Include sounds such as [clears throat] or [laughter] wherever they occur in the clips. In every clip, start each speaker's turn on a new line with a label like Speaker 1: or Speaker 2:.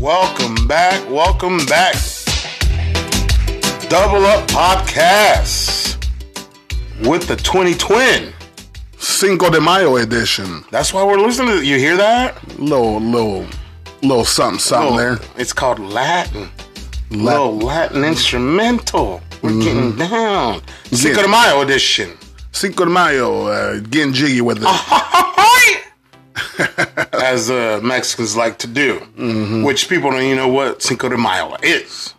Speaker 1: Welcome back. Welcome back. Double Up Podcast with the 20 Twin.
Speaker 2: Cinco de Mayo edition.
Speaker 1: That's why we're listening to You hear that?
Speaker 2: Little, little, little something, something
Speaker 1: Little-
Speaker 2: there.
Speaker 1: It's called Latin. Little Latin instrumental. We're
Speaker 2: Mm-hmm.
Speaker 1: getting down. Cinco de Mayo edition.
Speaker 2: Cinco de Mayo, uh, getting jiggy with it.
Speaker 1: [laughs] As uh, Mexicans like to do,
Speaker 2: Mm-hmm.
Speaker 1: which people don't even know what Cinco de Mayo is.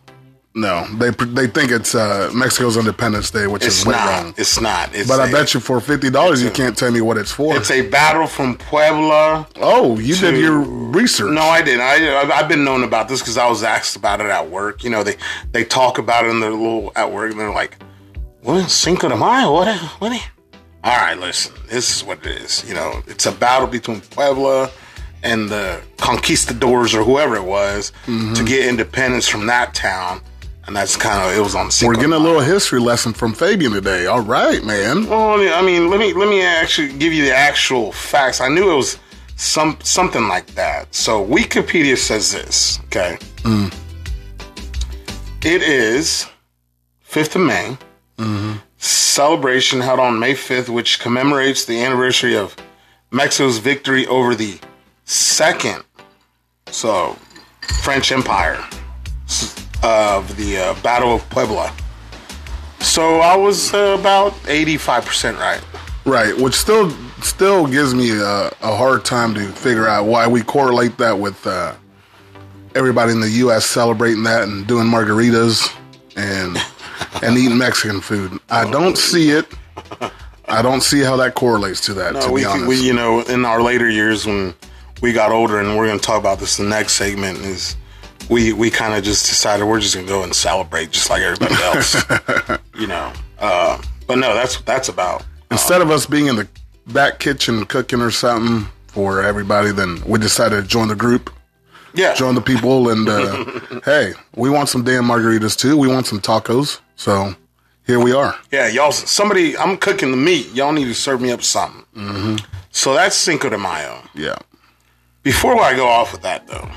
Speaker 2: No, they they think it's uh, Mexico's Independence Day, which
Speaker 1: It's
Speaker 2: is way
Speaker 1: not.
Speaker 2: wrong.
Speaker 1: It's not. It's
Speaker 2: But
Speaker 1: I
Speaker 2: I bet you for fifty dollars, you can't tell me what it's for.
Speaker 1: It's a battle from Puebla.
Speaker 2: oh, you
Speaker 1: to-
Speaker 2: did your research.
Speaker 1: No, I didn't. I, I've- I've been known about this because I was asked about it at work. You know, they they talk about it in their little at work, and they're like, "What Cinco de Mayo? What? What?" All right, listen. This is what it is. You know, it's a battle between Puebla and the conquistadors or whoever it was to get independence from that town, and that's kind of it was on. Cinco
Speaker 2: We're
Speaker 1: de
Speaker 2: getting a
Speaker 1: Mayo.
Speaker 2: little history lesson from Fabian today. All right, man.
Speaker 1: Well, I mean- I mean, let me let me actually give you the actual facts. I knew it was some something like that. So Wikipedia says this. Okay, Mm-hmm. it is fifth of May Mm-hmm. celebration held on May fifth, which commemorates the anniversary of Mexico's victory over the second, so French Empire s- of the uh, Battle of Puebla. So I was uh, about 85% right.
Speaker 2: Right, which still still gives me a, a hard time to figure out why we correlate that with uh, everybody in the U.S. celebrating that and doing margaritas
Speaker 1: [laughs]
Speaker 2: and and eating Mexican food. I don't see it. I don't see how that correlates to that.
Speaker 1: No,
Speaker 2: to
Speaker 1: we,
Speaker 2: be honest,
Speaker 1: we, uh, you know, in our later years when we got older, and we're going to talk about this in the next segment, is we, we kind of just decided we're just going to go and celebrate just like everybody else,
Speaker 2: [laughs]
Speaker 1: you know. Uh, but no, that's what that's about.
Speaker 2: instead of us being in the back kitchen cooking or something for everybody, then we decided to join the group.
Speaker 1: Yeah.
Speaker 2: join the people
Speaker 1: [laughs]
Speaker 2: and uh, hey we want some damn margaritas too we want some tacos so here we are
Speaker 1: Yeah, y'all. Somebody, I'm cooking the meat. Y'all need to serve me up something. Mm-hmm. So that's Cinco de Mayo.
Speaker 2: yeah
Speaker 1: Before I go off with that, though,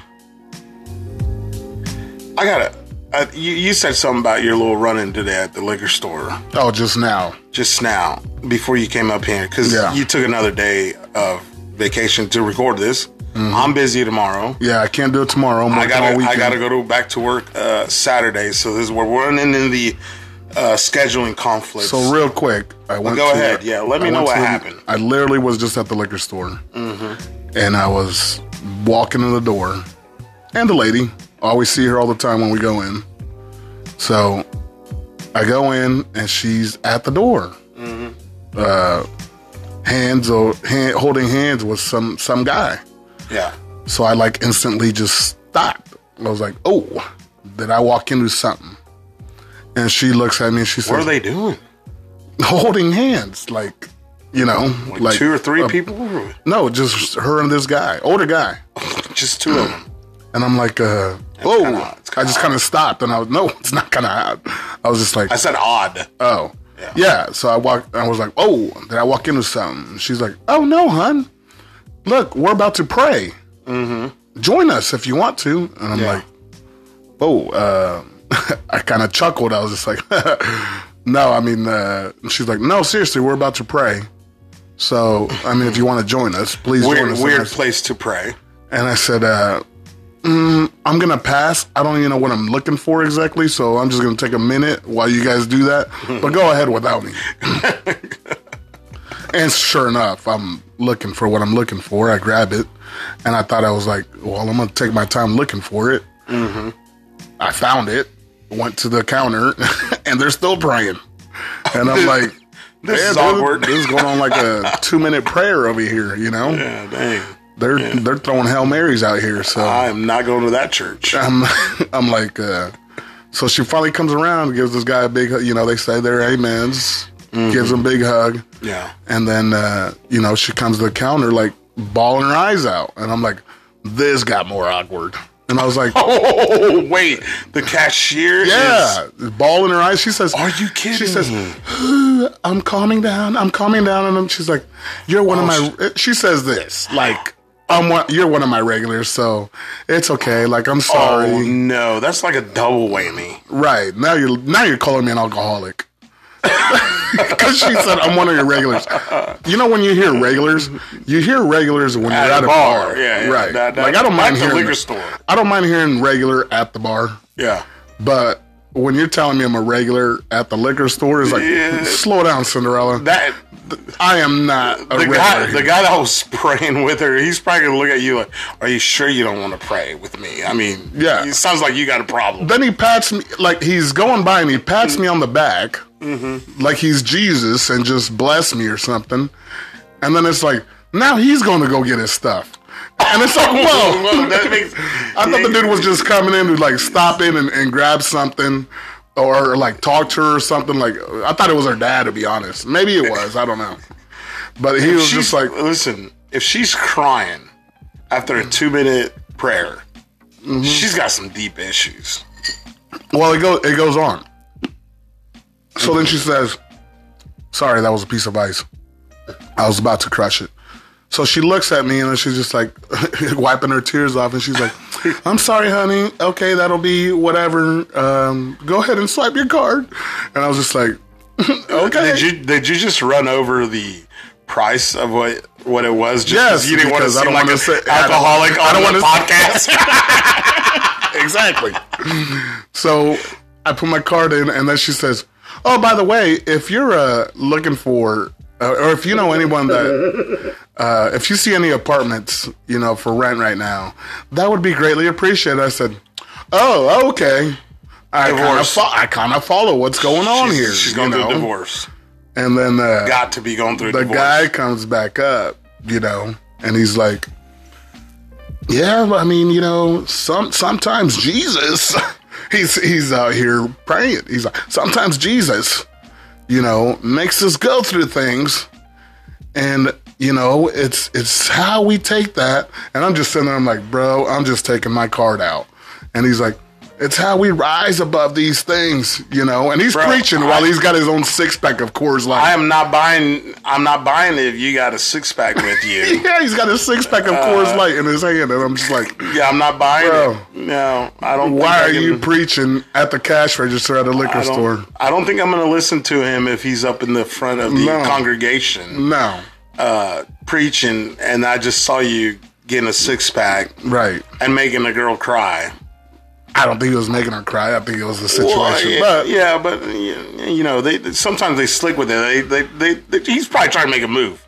Speaker 1: I gotta. Uh, you, you said something about your little run-in today at the liquor store
Speaker 2: oh just now
Speaker 1: just now before you came up here because
Speaker 2: Yeah.
Speaker 1: you took another day of vacation to record this. I'm busy tomorrow.
Speaker 2: yeah i can't do it tomorrow I'm
Speaker 1: I
Speaker 2: Mm-hmm. working all
Speaker 1: gotta I
Speaker 2: weekend.
Speaker 1: gotta go to back to work uh, Saturday, so this is we're running in the uh, scheduling conflicts.
Speaker 2: so real quick i went
Speaker 1: go
Speaker 2: to-
Speaker 1: ahead. Yeah, let me
Speaker 2: I
Speaker 1: know
Speaker 2: went
Speaker 1: what
Speaker 2: to-
Speaker 1: happened. Mm-hmm.
Speaker 2: i literally was just at the liquor store and i was walking in the door and the lady I always see her all the time when we go in so i go in and she's at the door
Speaker 1: Mm-hmm.
Speaker 2: uh, hands or hand, holding hands with some some guy
Speaker 1: yeah,
Speaker 2: So I like instantly just stopped. I was like, oh, did I walk into something? And she looks at me and she
Speaker 1: what are
Speaker 2: says,
Speaker 1: they doing?
Speaker 2: holding hands. Like, you know, like,
Speaker 1: two or three
Speaker 2: uh,
Speaker 1: people,
Speaker 2: No, just her and this guy, older guy.
Speaker 1: just two
Speaker 2: mm.
Speaker 1: of them.
Speaker 2: And I'm like, uh, oh,
Speaker 1: kinda- it's
Speaker 2: I
Speaker 1: kinda
Speaker 2: just kind of stopped. And I was, no, it's not kind of I was just like,
Speaker 1: I said odd.
Speaker 2: oh. Yeah. So I walked, I was like, oh, did I walk into something? And She's like, oh, no, hun. Look, we're about to pray. Join us if you want to. And I'm
Speaker 1: Mm-hmm. Yeah.
Speaker 2: like, oh, uh, [laughs] I kind of chuckled. I was just like, [laughs] no, I mean, uh, and she's like, no, seriously, we're about to pray. So, I mean, if you want to join us, please join
Speaker 1: Weird,
Speaker 2: us.
Speaker 1: weird
Speaker 2: And I-
Speaker 1: place to pray.
Speaker 2: and I said, uh, mm, I'm going to pass. I don't even know what I'm looking for exactly, so I'm just going to take a minute while you guys
Speaker 1: [laughs]
Speaker 2: do that. But go ahead without me. and sure enough, I'm looking for what I'm looking for. I grab it, and I thought I was like, well, I'm going to take my time looking for it.
Speaker 1: Mm-hmm.
Speaker 2: I found it, went to the counter, [laughs] and they're still praying. And I'm like,
Speaker 1: [laughs] This
Speaker 2: "Man,
Speaker 1: is
Speaker 2: dude,
Speaker 1: awkward."
Speaker 2: This is going on like
Speaker 1: [laughs]
Speaker 2: a two minute prayer over here, you know?
Speaker 1: Yeah, dang.
Speaker 2: They're they're throwing hail marys out here, so
Speaker 1: I am not going to that church.
Speaker 2: I'm [laughs] I'm like, uh, so she finally comes around, gives this guy a big, hug. you know, they say their amens, gives
Speaker 1: Mm-hmm.
Speaker 2: him a big hug,
Speaker 1: Yeah. [laughs]
Speaker 2: and then uh, you know she comes to the counter like bawling her eyes out, and I'm like, this got more awkward. And I was like,
Speaker 1: Oh wait, the cashier. Is,
Speaker 2: yeah, ball in her eyes. She says,
Speaker 1: are you kidding?
Speaker 2: She says,
Speaker 1: me?
Speaker 2: I'm calming down. I'm calming down. And I'm, she's like, you're one
Speaker 1: Oh,
Speaker 2: of my, she says this, like, I'm one, you're one of my regulars, so it's okay. Like, I'm sorry.
Speaker 1: "Oh no, that's like a double whammy."
Speaker 2: Right now you're now you're calling me an alcoholic [laughs] because she said I'm one of your regulars. You know when you hear regulars, you hear regulars when
Speaker 1: At
Speaker 2: you're
Speaker 1: a
Speaker 2: at a
Speaker 1: bar,
Speaker 2: bar,
Speaker 1: yeah, yeah.
Speaker 2: right?
Speaker 1: That- that-
Speaker 2: like I don't
Speaker 1: not
Speaker 2: mind
Speaker 1: the
Speaker 2: hearing
Speaker 1: liquor
Speaker 2: that.
Speaker 1: store.
Speaker 2: I don't mind hearing regular at the bar,
Speaker 1: Yeah.
Speaker 2: but when you're telling me I'm a regular at the liquor store, it's like
Speaker 1: Yeah.
Speaker 2: slow down, Cinderella.
Speaker 1: That
Speaker 2: I am not a
Speaker 1: the
Speaker 2: regular.
Speaker 1: guy, the guy that was [laughs] praying with her, he's probably gonna look at you like, "Are you sure you don't want to pray with me?" I mean,
Speaker 2: Yeah.
Speaker 1: it sounds like you got a problem.
Speaker 2: then he pats me like he's going by and he pats me on the back like he's jesus and just bless me or something and then it's like now he's going to go get his stuff and it's
Speaker 1: [laughs]
Speaker 2: like
Speaker 1: Well,
Speaker 2: whoa [laughs]
Speaker 1: that makes-
Speaker 2: i thought the dude was just coming in to like stop in and, and grab something or like talk to her or something like i thought it was her dad to be honest maybe it was i don't know but he was
Speaker 1: she's
Speaker 2: just like
Speaker 1: listen, if she's crying after a two minute prayer,
Speaker 2: Mm-hmm.
Speaker 1: she's got some deep issues.
Speaker 2: Well, it goes it goes on. So then she says, "Sorry, that was a piece of ice. I was about to crush it." So she looks at me and then she's just like [laughs] wiping her tears off, and she's like, "I'm sorry, honey. Okay, that'll be whatever. Um, go ahead and swipe your card." And I was just like, [laughs] "Okay."
Speaker 1: Did you did you just run over the price of what what it was? Just 'cause
Speaker 2: Yes,
Speaker 1: you didn't want to
Speaker 2: because I
Speaker 1: seem
Speaker 2: don't
Speaker 1: like
Speaker 2: wanna
Speaker 1: an
Speaker 2: say- I don't-
Speaker 1: alcoholic
Speaker 2: I
Speaker 1: on
Speaker 2: don't
Speaker 1: the
Speaker 2: wanna [laughs]
Speaker 1: podcast.
Speaker 2: exactly. [laughs] so I put my card in, and then she says, "Oh, by the way, if you're uh, looking for, uh, or if you know anyone that,
Speaker 1: [laughs]
Speaker 2: uh, if you see any apartments, you know, for rent right now, that would be greatly appreciated." I said, "Oh, okay." I kind of
Speaker 1: Divorce.
Speaker 2: fo- I kind of follow what's going on here.
Speaker 1: she's
Speaker 2: you
Speaker 1: going through a
Speaker 2: know?
Speaker 1: divorce.
Speaker 2: And then uh,
Speaker 1: Got to be going through a
Speaker 2: the
Speaker 1: divorce.
Speaker 2: guy comes back up, you know, and he's like, "Yeah, I mean, you know, some sometimes Jesus, [laughs] he's he's out here praying. He's like, sometimes Jesus, you know, makes us go through things, and you know, it's it's how we take that. And I'm just sitting there, I'm like, bro, I'm just taking my card out, and he's like. It's how we rise above these things, you know. And he's
Speaker 1: Bro,
Speaker 2: preaching
Speaker 1: I-
Speaker 2: while he's got his own six pack of Coors Light.
Speaker 1: I am not buying. I'm not buying it if you got a six pack with
Speaker 2: [laughs]
Speaker 1: you.
Speaker 2: Yeah, he's got a six pack of Coors Light in his hand, and I'm just like,
Speaker 1: yeah, Uh, I'm not buying
Speaker 2: Bro.
Speaker 1: it. No, I don't.
Speaker 2: why are
Speaker 1: think I
Speaker 2: you
Speaker 1: can-
Speaker 2: preaching at the cash register at a liquor
Speaker 1: I
Speaker 2: store?
Speaker 1: don't, I don't think I'm going to listen to him if he's up in the front of the
Speaker 2: No.
Speaker 1: congregation
Speaker 2: No,
Speaker 1: uh, preaching. And I just saw you getting a six pack
Speaker 2: right.
Speaker 1: and making a girl cry.
Speaker 2: I don't think he was making her cry. I think it was the situation.
Speaker 1: Well, yeah,
Speaker 2: but [laughs]
Speaker 1: yeah, but y- you know, they, they- sometimes they slick with it. They, they, they, he's probably trying to make a move.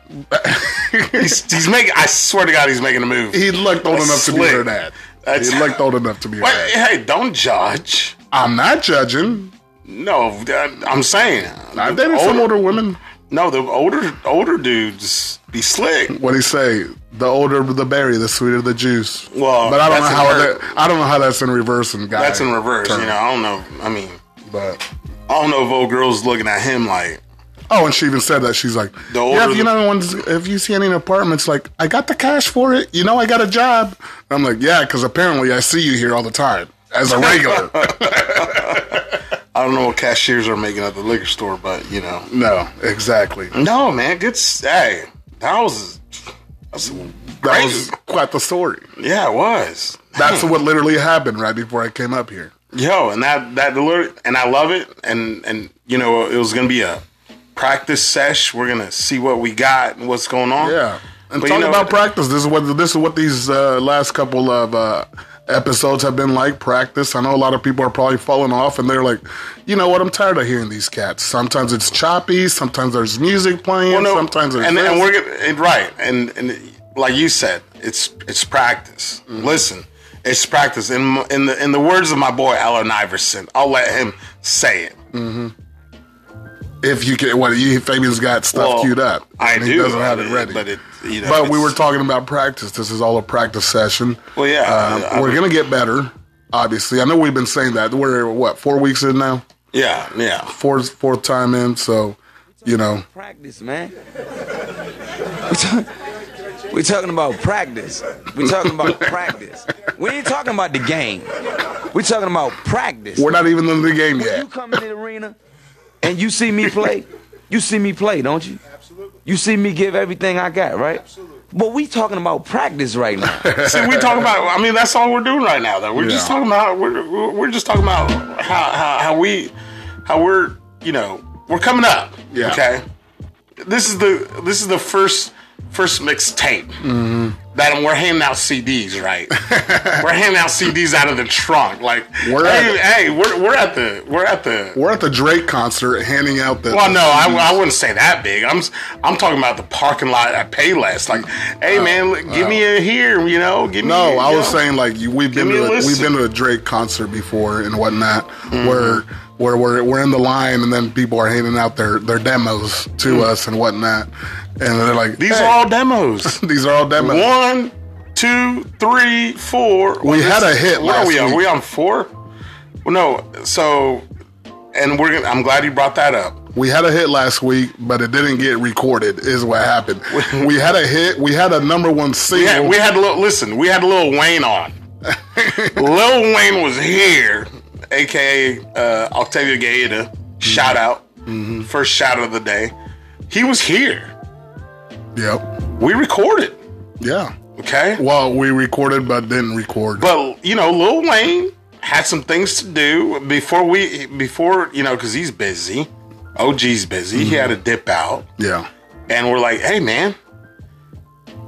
Speaker 1: he's, he's making. I swear to God, he's making a move.
Speaker 2: he looked old
Speaker 1: That's
Speaker 2: enough to be
Speaker 1: slick.
Speaker 2: her dad.
Speaker 1: That's-
Speaker 2: he looked old enough to be her
Speaker 1: Wait,
Speaker 2: dad.
Speaker 1: hey, don't judge.
Speaker 2: I'm not judging.
Speaker 1: No, I- I'm saying.
Speaker 2: I've dated some older women.
Speaker 1: No, the older older dudes be slick.
Speaker 2: What do you say? The older the berry, the sweeter the juice.
Speaker 1: Well,
Speaker 2: but I don't know
Speaker 1: that's
Speaker 2: how
Speaker 1: in ver-
Speaker 2: that, I don't know how that's in reverse and guys.
Speaker 1: That's in reverse. You know, I don't know. I mean,
Speaker 2: But
Speaker 1: I don't know if old girls looking at him like,
Speaker 2: Oh, and she even said that she's like,
Speaker 1: The
Speaker 2: yeah,
Speaker 1: older
Speaker 2: if
Speaker 1: the-
Speaker 2: you know one's, if you see any apartments, like I got the cash for it. You know, I got a job. And I'm like, yeah, because apparently I see you here all the time as a regular.
Speaker 1: I don't know what cashiers are making at the liquor store, but you know.
Speaker 2: no, exactly.
Speaker 1: No, man, good. s- Hey, that was. That's
Speaker 2: That
Speaker 1: great.
Speaker 2: was quite the story.
Speaker 1: yeah, it was.
Speaker 2: That's what literally happened right before I came up here.
Speaker 1: Yo, and that that alert, and I love it, and and you know it was gonna be a practice sesh. We're gonna see what we got and what's going on.
Speaker 2: [laughs] Yeah. And
Speaker 1: But you
Speaker 2: talking
Speaker 1: know-
Speaker 2: about practice, this is what this is what these uh, last couple of uh, episodes have been like. Practice. I know a lot of people are probably falling off, and they're like, you know what? I'm tired of hearing these cats. Sometimes it's choppy. Sometimes there's music playing.
Speaker 1: Well, no,
Speaker 2: sometimes there's
Speaker 1: and,
Speaker 2: this.
Speaker 1: and we're gonna, and right and and like you said, it's it's practice.
Speaker 2: Mm-hmm.
Speaker 1: Listen, it's practice. In m- in the in the words of my boy Allen Iverson, I'll let him say it.
Speaker 2: if you can, what you Fabian's got stuff
Speaker 1: Well,
Speaker 2: queued up.
Speaker 1: I
Speaker 2: and
Speaker 1: do.
Speaker 2: He doesn't have it ready.
Speaker 1: but it you know.
Speaker 2: But we
Speaker 1: it's-
Speaker 2: were talking about practice. This is all a practice session.
Speaker 1: Well, yeah,
Speaker 2: Um,
Speaker 1: I- I-
Speaker 2: we're gonna get better. Obviously, I know we've been saying that. We're what four weeks in now,
Speaker 1: yeah, yeah.
Speaker 2: fourth fourth time in. So, you know,
Speaker 3: practice, man. We're, talk- we're talking about practice. We're talking about practice. we ain't talking about the game. We're talking about practice.
Speaker 2: We're not even in the game
Speaker 3: When
Speaker 2: yet.
Speaker 3: you come in the arena and you see me play, you see me play, don't you? Absolutely. You see me give everything I got, right? Absolutely. But we talking about practice right now.
Speaker 1: See, we talking about. I mean, that's all we're doing right now. Though we're just
Speaker 2: Yeah.
Speaker 1: talking about. We're we're- we're just talking about how how, how we how we're you know we're coming up.
Speaker 2: Yeah.
Speaker 1: Okay. This is the this is the first first mixtape
Speaker 2: Mm-hmm.
Speaker 1: that we're handing out CDs.
Speaker 2: [laughs]
Speaker 1: Right. we're handing out CDs out of the trunk. Like
Speaker 2: We're at
Speaker 1: hey,
Speaker 2: it.
Speaker 1: hey we're we're at the we're at the
Speaker 2: We're at the Drake concert handing out the.
Speaker 1: well, no, I, I wouldn't say that big. I'm s- I'm talking about the parking lot at Payless. Like, hey man, look, give me a here, you know, give me.
Speaker 2: Oh, No,
Speaker 1: you
Speaker 2: I was
Speaker 1: know.
Speaker 2: saying like you- we've been
Speaker 1: me
Speaker 2: to
Speaker 1: a
Speaker 2: a, we've
Speaker 1: listen.
Speaker 2: been to a Drake concert before and whatnot, where
Speaker 1: Mm-hmm.
Speaker 2: where we're we're in the line and then people are handing out their their demos to us and whatnot, and they're like
Speaker 1: Mm. these
Speaker 2: "Hey,
Speaker 1: are all demos.
Speaker 2: [laughs] these are all demos.
Speaker 1: [laughs] One, two, three, four.
Speaker 2: We
Speaker 1: Well,
Speaker 2: had
Speaker 1: this-
Speaker 2: a hit
Speaker 1: What
Speaker 2: last
Speaker 1: are we on?
Speaker 2: week.
Speaker 1: We on four? Well, no. So, and we're. gonna- I'm glad you brought that up.
Speaker 2: We had a hit last week, but it didn't get recorded. Is
Speaker 1: [laughs]
Speaker 2: what happened. we had a hit. We had a number one single.
Speaker 1: Yeah, we had a little. Listen, we had a little Wayne
Speaker 2: [laughs]
Speaker 1: on. Lil Wayne was here, aka uh, Octavia Gaeta.
Speaker 2: Mm-hmm.
Speaker 1: Shout out, first shout of the day. He was here.
Speaker 2: yep.
Speaker 1: We recorded,
Speaker 2: Yeah.
Speaker 1: okay.
Speaker 2: Well, we recorded but didn't record.
Speaker 1: But you know, Lil Wayne had some things to do before we before you know because he's busy. OG's busy. He had to dip out.
Speaker 2: yeah.
Speaker 1: and we're like, "Hey, man,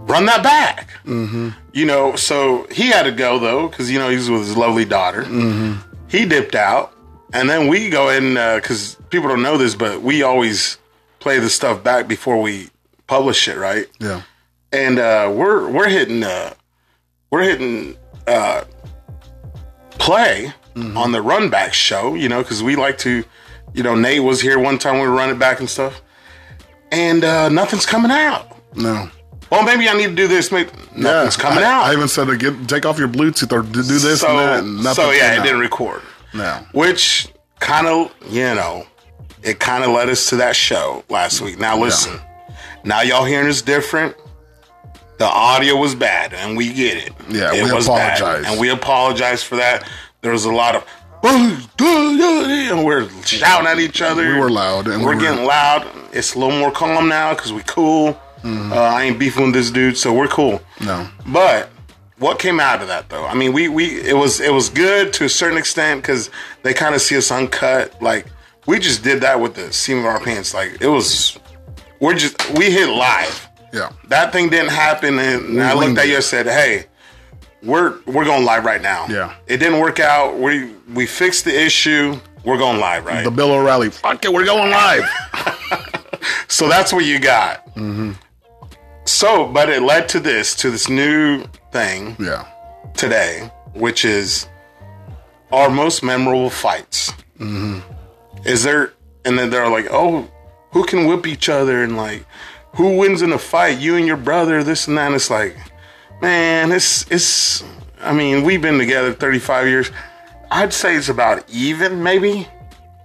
Speaker 1: run that back." Mm-hmm. You know, so he had to go though because you know he was with his lovely daughter. Mm-hmm. He dipped out, and then we go in because people don't know this, but we always play the stuff back before we publish it, right?
Speaker 2: Yeah.
Speaker 1: And uh, we're we're hitting uh, we're hitting uh, play
Speaker 2: Mm-hmm.
Speaker 1: on the run back show, you know, because we like to, you know, Nate was here one time we were running back and stuff, and uh, nothing's coming out.
Speaker 2: No.
Speaker 1: Well, maybe I need to do this. Maybe nothing's
Speaker 2: yeah.
Speaker 1: coming
Speaker 2: I,
Speaker 1: out.
Speaker 2: I even said to get take off your Bluetooth or do do this
Speaker 1: so,
Speaker 2: and that. And nothing
Speaker 1: so yeah,
Speaker 2: came
Speaker 1: it
Speaker 2: out.
Speaker 1: didn't record,
Speaker 2: No.
Speaker 1: which kind of you know, it kind of led us to that show last week. Now listen, now y'all hearing is different. The audio was bad, and we get it.
Speaker 2: Yeah,
Speaker 1: it
Speaker 2: we
Speaker 1: bad,
Speaker 2: apologize.
Speaker 1: and we apologize for that. There was a lot of. And we're shouting at each other.
Speaker 2: We were loud and we
Speaker 1: we're
Speaker 2: were-
Speaker 1: getting loud. It's a little more calm now because we cool.
Speaker 2: Mm-hmm.
Speaker 1: Uh, I ain't beefing with this dude, so we're cool.
Speaker 2: No.
Speaker 1: But what came out of that though? I mean, we we it was it was good to a certain extent because they kind of see us uncut. Like we just did that with the seam of our pants. Like it was, we're just we hit live.
Speaker 2: Yeah.
Speaker 1: That thing didn't happen, and I looked
Speaker 2: winged
Speaker 1: at you
Speaker 2: it.
Speaker 1: and said, "Hey, we're we're going live right now."
Speaker 2: Yeah.
Speaker 1: it didn't work out. We we fixed the issue. We're going live right.
Speaker 2: The Bill O'Reilly. Fuck it, we're going live.
Speaker 1: [laughs] So that's what you got. Mm-hmm. So, but it led to this, to this new thing
Speaker 2: yeah.
Speaker 1: today, which is our most memorable fights. Mm-hmm. Is there, and then they're like, oh, who can whip each other and like, who wins in a fight? You and your brother, this and that. And it's like, man, it's, it's, I mean, we've been together 35 years. I'd say it's about even, maybe,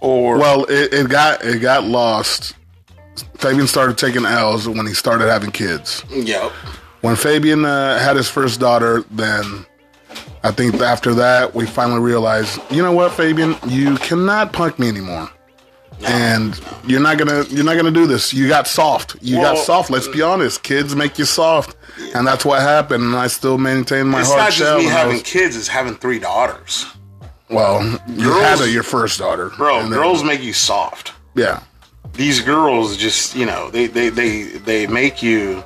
Speaker 1: or
Speaker 2: Well, it, it got it got lost. Fabian started taking L's when he started having kids.
Speaker 1: yep.
Speaker 2: When Fabian uh, had his first daughter, then I think after that we finally realized, you know what, Fabian, you cannot punk me anymore. And you're not gonna you're not gonna do this. You got soft. You
Speaker 1: Well-
Speaker 2: got soft. Let's be honest. Kids make you soft, and that's what happened. And I still maintain my
Speaker 1: It's
Speaker 2: hard
Speaker 1: not
Speaker 2: shell.
Speaker 1: just me
Speaker 2: and I
Speaker 1: having
Speaker 2: was-
Speaker 1: kids, it's having three daughters.
Speaker 2: well, you
Speaker 1: Girls-
Speaker 2: had a, your first daughter,
Speaker 1: Bro,
Speaker 2: and then-
Speaker 1: girls make you soft.
Speaker 2: Yeah,
Speaker 1: These girls just, you know, they they they they make you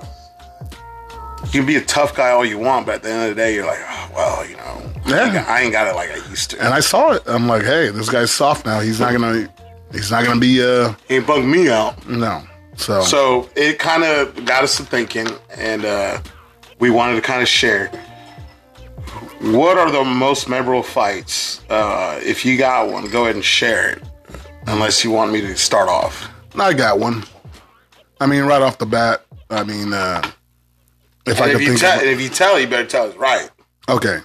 Speaker 1: you can be a tough guy all you want, but at the end of the day you're like, oh, well, you know, I, ain't
Speaker 2: Yeah.
Speaker 1: got, I ain't got it like I used to.
Speaker 2: and I saw it. I'm like, hey, this guy's soft now. He's not gonna, he's not gonna be uh
Speaker 1: He bugged me out.
Speaker 2: no. So,
Speaker 1: So it kind of got us to thinking, and uh, we wanted to kind of share what are the most memorable fights. Uh, if you got one, go ahead and share it. Unless you want me to start off.
Speaker 2: I got one. I mean, right off the bat, I mean, uh if I
Speaker 1: And if
Speaker 2: could
Speaker 1: you
Speaker 2: think,
Speaker 1: tell,
Speaker 2: of,
Speaker 1: and if you tell, you better tell us right.
Speaker 2: okay,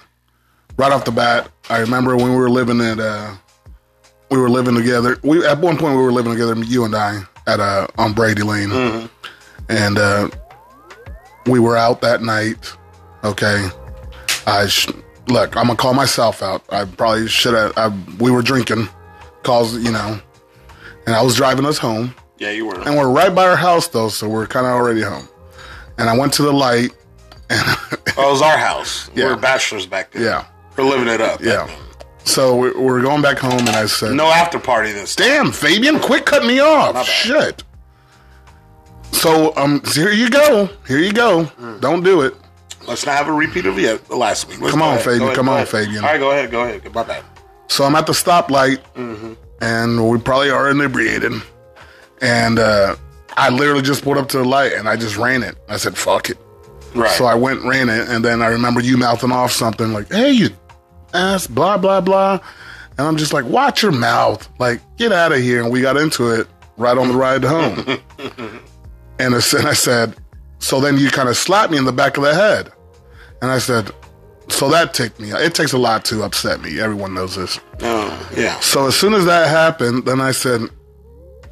Speaker 2: right off the bat, I remember when we were living at uh we were living together. We at one point we were living together, you and I, at uh on Brady Lane,
Speaker 1: Mm-hmm.
Speaker 2: and uh we were out that night. Okay, I sh- look, I'm gonna call myself out. I probably should have. I, we were drinking, cause you know, and I was driving us home,
Speaker 1: Yeah, you were.
Speaker 2: and we're right by our house though, so we're kind of already home. And I went to the light.
Speaker 1: Oh, it was our house. We
Speaker 2: Yeah.
Speaker 1: were bachelors back then.
Speaker 2: Yeah.
Speaker 1: We're living it up.
Speaker 2: Yeah. So we- we're going back home, and I said,
Speaker 1: No after party this day.
Speaker 2: Damn, Fabian, quit cutting me off. Shit. So um, here you go. Here you go. Don't do it.
Speaker 1: Let's not have a repeat of yet last week. Let's
Speaker 2: Come
Speaker 1: go
Speaker 2: on,
Speaker 1: ahead. Go
Speaker 2: Fabian.
Speaker 1: ahead.
Speaker 2: Come
Speaker 1: Go
Speaker 2: on,
Speaker 1: ahead.
Speaker 2: Fabian.
Speaker 1: All right, go ahead. Go ahead. My bad.
Speaker 2: So I'm at the stoplight, and we probably are inebriated. And uh, I literally just pulled up to the light, and I just ran it. I said, "Fuck it."
Speaker 1: Right.
Speaker 2: So I went ran it, and then I remember you mouthing off something like, "Hey, you ass," blah blah blah, and I'm just like, "Watch your mouth!" Like, get out of here. And we got into it right on the ride home. and I said, I said, so then you kind of slapped me in the back of the head, and I said, so that ticked me. It takes a lot to upset me. Everyone knows this.
Speaker 1: Oh, yeah.
Speaker 2: So as soon as that happened, then I said,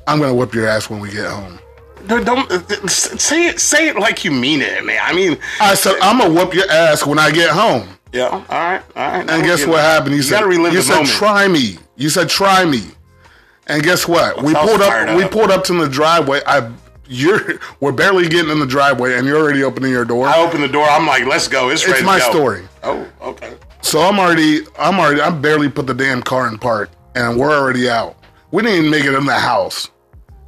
Speaker 2: I'm gonna whip your ass when we get home.
Speaker 1: No, don't uh, uh, say it. Say it like you mean it, man. I mean,
Speaker 2: I said, I'm gonna whip your ass when I get home.
Speaker 1: yeah. All right, all right.
Speaker 2: And guess what happened? He
Speaker 1: You
Speaker 2: said,
Speaker 1: gotta relive
Speaker 2: "You
Speaker 1: the
Speaker 2: said
Speaker 1: moment.
Speaker 2: try me. You said try me." And guess what? We
Speaker 1: I was
Speaker 2: pulled
Speaker 1: fired
Speaker 2: up. We
Speaker 1: up.
Speaker 2: pulled up to the driveway. I, you're, [laughs] we're barely getting in the driveway, and you're already opening your door.
Speaker 1: I opened the door. I'm like, let's go. It's, ready
Speaker 2: it's
Speaker 1: to
Speaker 2: my
Speaker 1: go.
Speaker 2: story.
Speaker 1: Oh, okay. [laughs]
Speaker 2: So I'm already, I'm already, I barely put the damn car in park, and we're already out. We didn't even make it in the house.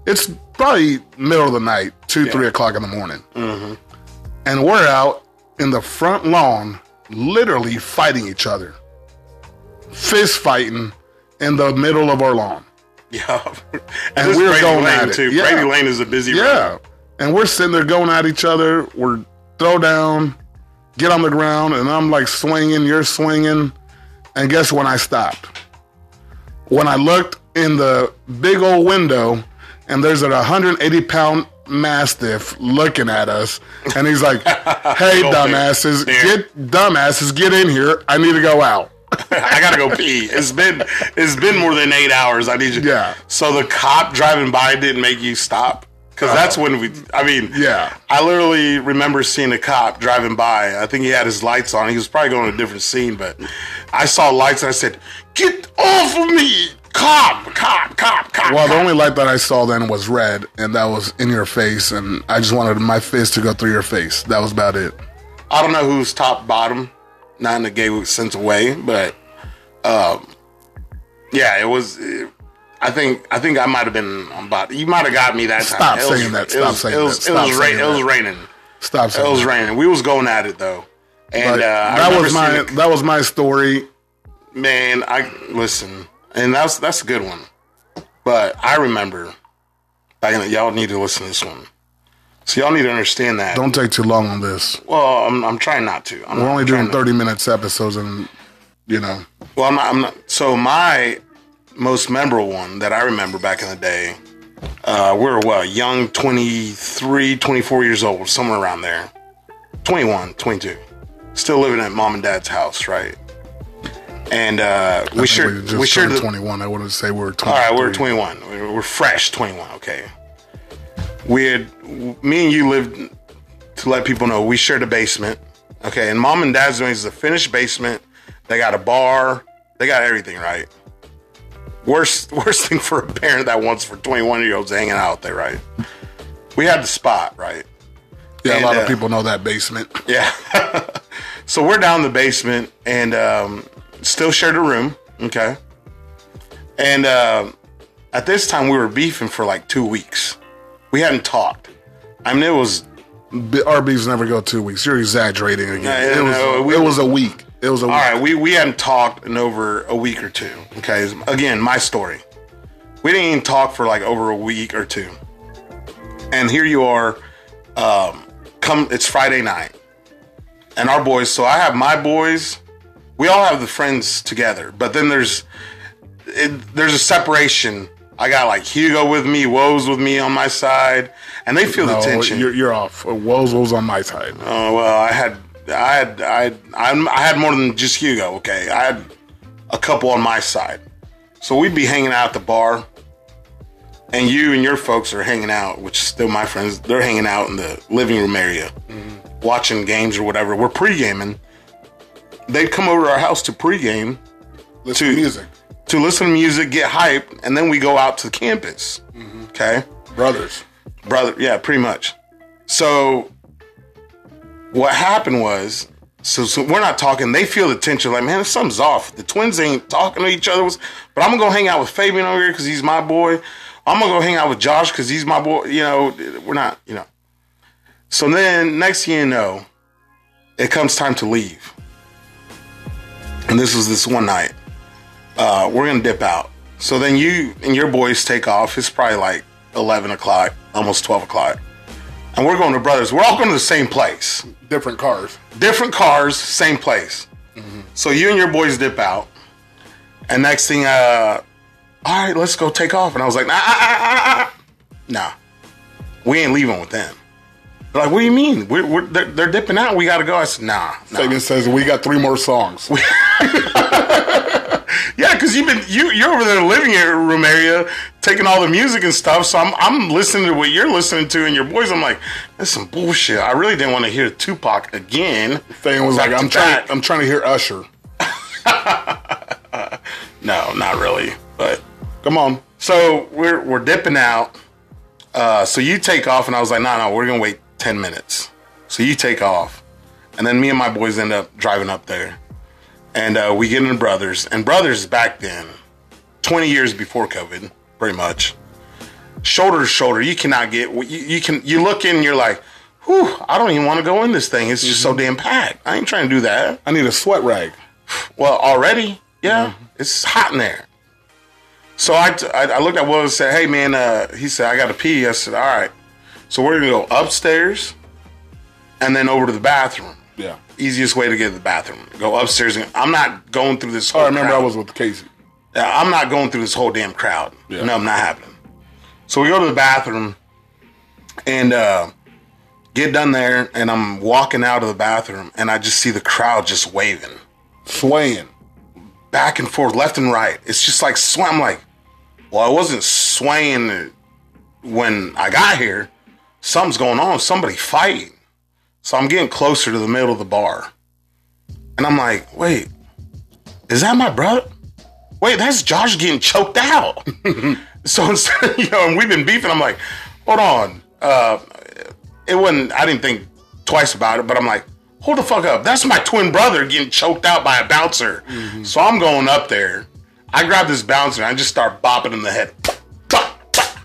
Speaker 2: It's probably middle of the night, two, three o'clock in the morning, and we're out in the front lawn, literally fighting each other, fist fighting in the middle of our lawn.
Speaker 1: Yeah. and
Speaker 2: And
Speaker 1: this
Speaker 2: we were
Speaker 1: Brady
Speaker 2: going
Speaker 1: Lane
Speaker 2: at it.
Speaker 1: too.
Speaker 2: Yeah.
Speaker 1: Brady Lane is a busy road.
Speaker 2: Yeah. And we're sitting there going at each other. We're throw down, get on the ground, and I'm like swinging, you're swinging. And guess when I stopped? When I looked in the big old window, and there's an 180 pound mastiff looking at us, and
Speaker 1: [laughs]
Speaker 2: he's like, "Hey,
Speaker 1: Go big.
Speaker 2: dumbasses,
Speaker 1: There.
Speaker 2: get dumbasses, get in here. I need to go out."
Speaker 1: [laughs] I gotta go pee. It's been it's been more than eight hours. I need you.
Speaker 2: Yeah.
Speaker 1: So the cop driving by didn't make you stop because that's when we. I mean,
Speaker 2: Uh-huh. Yeah.
Speaker 1: I literally remember seeing a cop driving by. I think he had his lights on. He was probably going to a different scene, but I saw lights and I said, "Get off of me, cop, cop, cop, cop."
Speaker 2: Well,
Speaker 1: cop."
Speaker 2: the only light that I saw then was red, and that was in your face, and I just wanted my fist to go through your face. That was about it.
Speaker 1: I don't know who's top bottom, not in a gay sense of way, but um, yeah, it was. eh, I think I think I might have been on bottom. You might have got me that time.
Speaker 2: Stop
Speaker 1: It
Speaker 2: saying that.
Speaker 1: it
Speaker 2: Stop
Speaker 1: was-
Speaker 2: saying
Speaker 1: it was,
Speaker 2: that. Stop
Speaker 1: it was, ra-
Speaker 2: saying
Speaker 1: it was
Speaker 2: that.
Speaker 1: raining.
Speaker 2: Stop
Speaker 1: It
Speaker 2: saying
Speaker 1: was
Speaker 2: that.
Speaker 1: raining. We was going at it though, and
Speaker 2: But
Speaker 1: uh, I
Speaker 2: that
Speaker 1: remember
Speaker 2: was my
Speaker 1: seeing the-
Speaker 2: that was my story.
Speaker 1: man. I listen, and that's that's a good one. But I remember, back in the- y'all need to listen to this one. So y'all need to understand that.
Speaker 2: Don't take too long on this.
Speaker 1: well, I'm, I'm trying not to. I'm
Speaker 2: We're only
Speaker 1: trying
Speaker 2: doing
Speaker 1: not-
Speaker 2: thirty minutes episodes, and you know,
Speaker 1: Well, I'm not, I'm not. So my most memorable one that I remember back in the day, uh, we were what young, 23, 24 years old, somewhere around there, 21, 22, still living at mom and dad's house, right? And uh, we
Speaker 2: sure
Speaker 1: shared
Speaker 2: we just
Speaker 1: we shared the,
Speaker 2: twenty one. I wouldn't say we were twenty.
Speaker 1: all right, we're 21. We're, we're fresh 21. Okay. We had me and you lived to let people know we shared a basement. Okay, and mom and dad's doing is a finished basement. They got a bar. They got everything right. Worst [laughs] worst thing for a parent that wants for 21 year olds hanging out there, right? We had the spot, right?
Speaker 2: Yeah, a lot
Speaker 1: and,
Speaker 2: of
Speaker 1: uh,
Speaker 2: people know that basement.
Speaker 1: Yeah. [laughs] so we're down in the basement and um, still shared a room. Okay. And um at this time, we were beefing for like two weeks. We hadn't talked. I mean, it was
Speaker 2: B- Our beefs never go two weeks. You're exaggerating again.
Speaker 1: No,
Speaker 2: it
Speaker 1: no,
Speaker 2: was
Speaker 1: no, we-
Speaker 2: it was a week. It was a week.
Speaker 1: All right, we we hadn't talked in over a week or two. Okay, again, my story. We didn't even talk for like over a week or two, and here you are. Um, come, it's Friday night, and our boys. So I have my boys. We all have the friends together, but then there's it, there's a separation. I got like Hugo with me, Woes with me on my side, and they feel
Speaker 2: No,
Speaker 1: the tension.
Speaker 2: You're, you're off. Woes was on my side.
Speaker 1: Oh well, I had I had I had, I'm, I had more than just Hugo. Okay, I had a couple on my side, so we'd be hanging out at the bar, and you and your folks are hanging out, which is still my friends. They're hanging out in the living room area, watching games or whatever. We're pre gaming, they'd come over to our house to pregame,
Speaker 2: Listen to
Speaker 1: Two.
Speaker 2: music.
Speaker 1: to listen to music, get hyped, and then we go out to campus. Okay,
Speaker 2: Brothers.
Speaker 1: brother. Yeah, pretty much. So what happened was, so, so we're not talking. They feel the tension. Like, man, something's off. The twins ain't talking to each other. But I'm gonna go hang out with Fabian over here because he's my boy. I'm gonna go hang out with Josh because he's my boy. You know, we're not. You know. So then, next thing you know, it comes time to leave. And this was this one night. Uh, we're gonna dip out. So then you and your boys take off. It's probably like eleven o'clock, almost twelve o'clock, and we're going to brothers. We're all going to the same place
Speaker 2: Different cars.
Speaker 1: different cars, same place. So you and your boys dip out, and next thing, uh, all right, let's go take off. And I was like, nah, ah, ah, ah, ah, ah. nah, we ain't leaving with them. They're like, what do you mean? We're, we're, they're, they're dipping out. We gotta go. I said, nah, nah.
Speaker 2: Fabian says we got three more songs.
Speaker 1: yeah, because you've been you you're over there living in your room area, taking all the music and stuff. So I'm I'm listening to what you're listening to and your boys. I'm like, that's some bullshit. I really didn't want to hear Tupac again.
Speaker 2: Fabian was
Speaker 1: Back
Speaker 2: like,
Speaker 1: to
Speaker 2: I'm trying.
Speaker 1: back."
Speaker 2: I'm trying to hear Usher.
Speaker 1: No, not really, but.
Speaker 2: Come on.
Speaker 1: So we're we're dipping out. Uh, so you take off, and I was like, no, no, we're gonna wait ten minutes. So you take off, and then me and my boys end up driving up there, and uh, we get into Brothers, and Brothers back then, twenty years before COVID, pretty much, shoulder to shoulder. You cannot get you, you can you look in, you're like, whew, I don't even want to go in this thing. It's just so damn packed. I ain't trying to do that.
Speaker 2: Mm-hmm. I need a sweat rag. Mm-hmm.
Speaker 1: Well, already, yeah, it's hot in there. So I, I, I looked at Will and said, "Hey, man," uh, he said, "I got to pee." I said, "All right." So we're gonna go upstairs, and then over to the bathroom.
Speaker 2: Yeah.
Speaker 1: Easiest way to get to the bathroom: go upstairs. And, I'm not going through this. Whole
Speaker 2: Oh, I remember
Speaker 1: crowd.
Speaker 2: I was with Casey.
Speaker 1: Now, I'm not going through this whole damn crowd.
Speaker 2: Yeah.
Speaker 1: No, I'm not happening. So we go to the bathroom and uh, get done there, and I'm walking out of the bathroom, and I just see the crowd just waving
Speaker 2: Swaying.
Speaker 1: back and forth, left and right. It's just like sway. I'm like, well, I wasn't swaying when I got here. Something's going on. Somebody fighting. So I'm getting closer to the middle of the bar, and I'm like, wait, is that my brother? Wait, that's Josh getting choked out. [laughs] so [laughs] instead, you know, and we've been beefing. I'm like, hold on. Uh, it wasn't. I didn't think twice about it, but I'm like, hold the fuck up. That's my twin brother getting choked out by a bouncer. So I'm going up there. I grab this bouncer and I just start bopping him in the head. Bop, bop.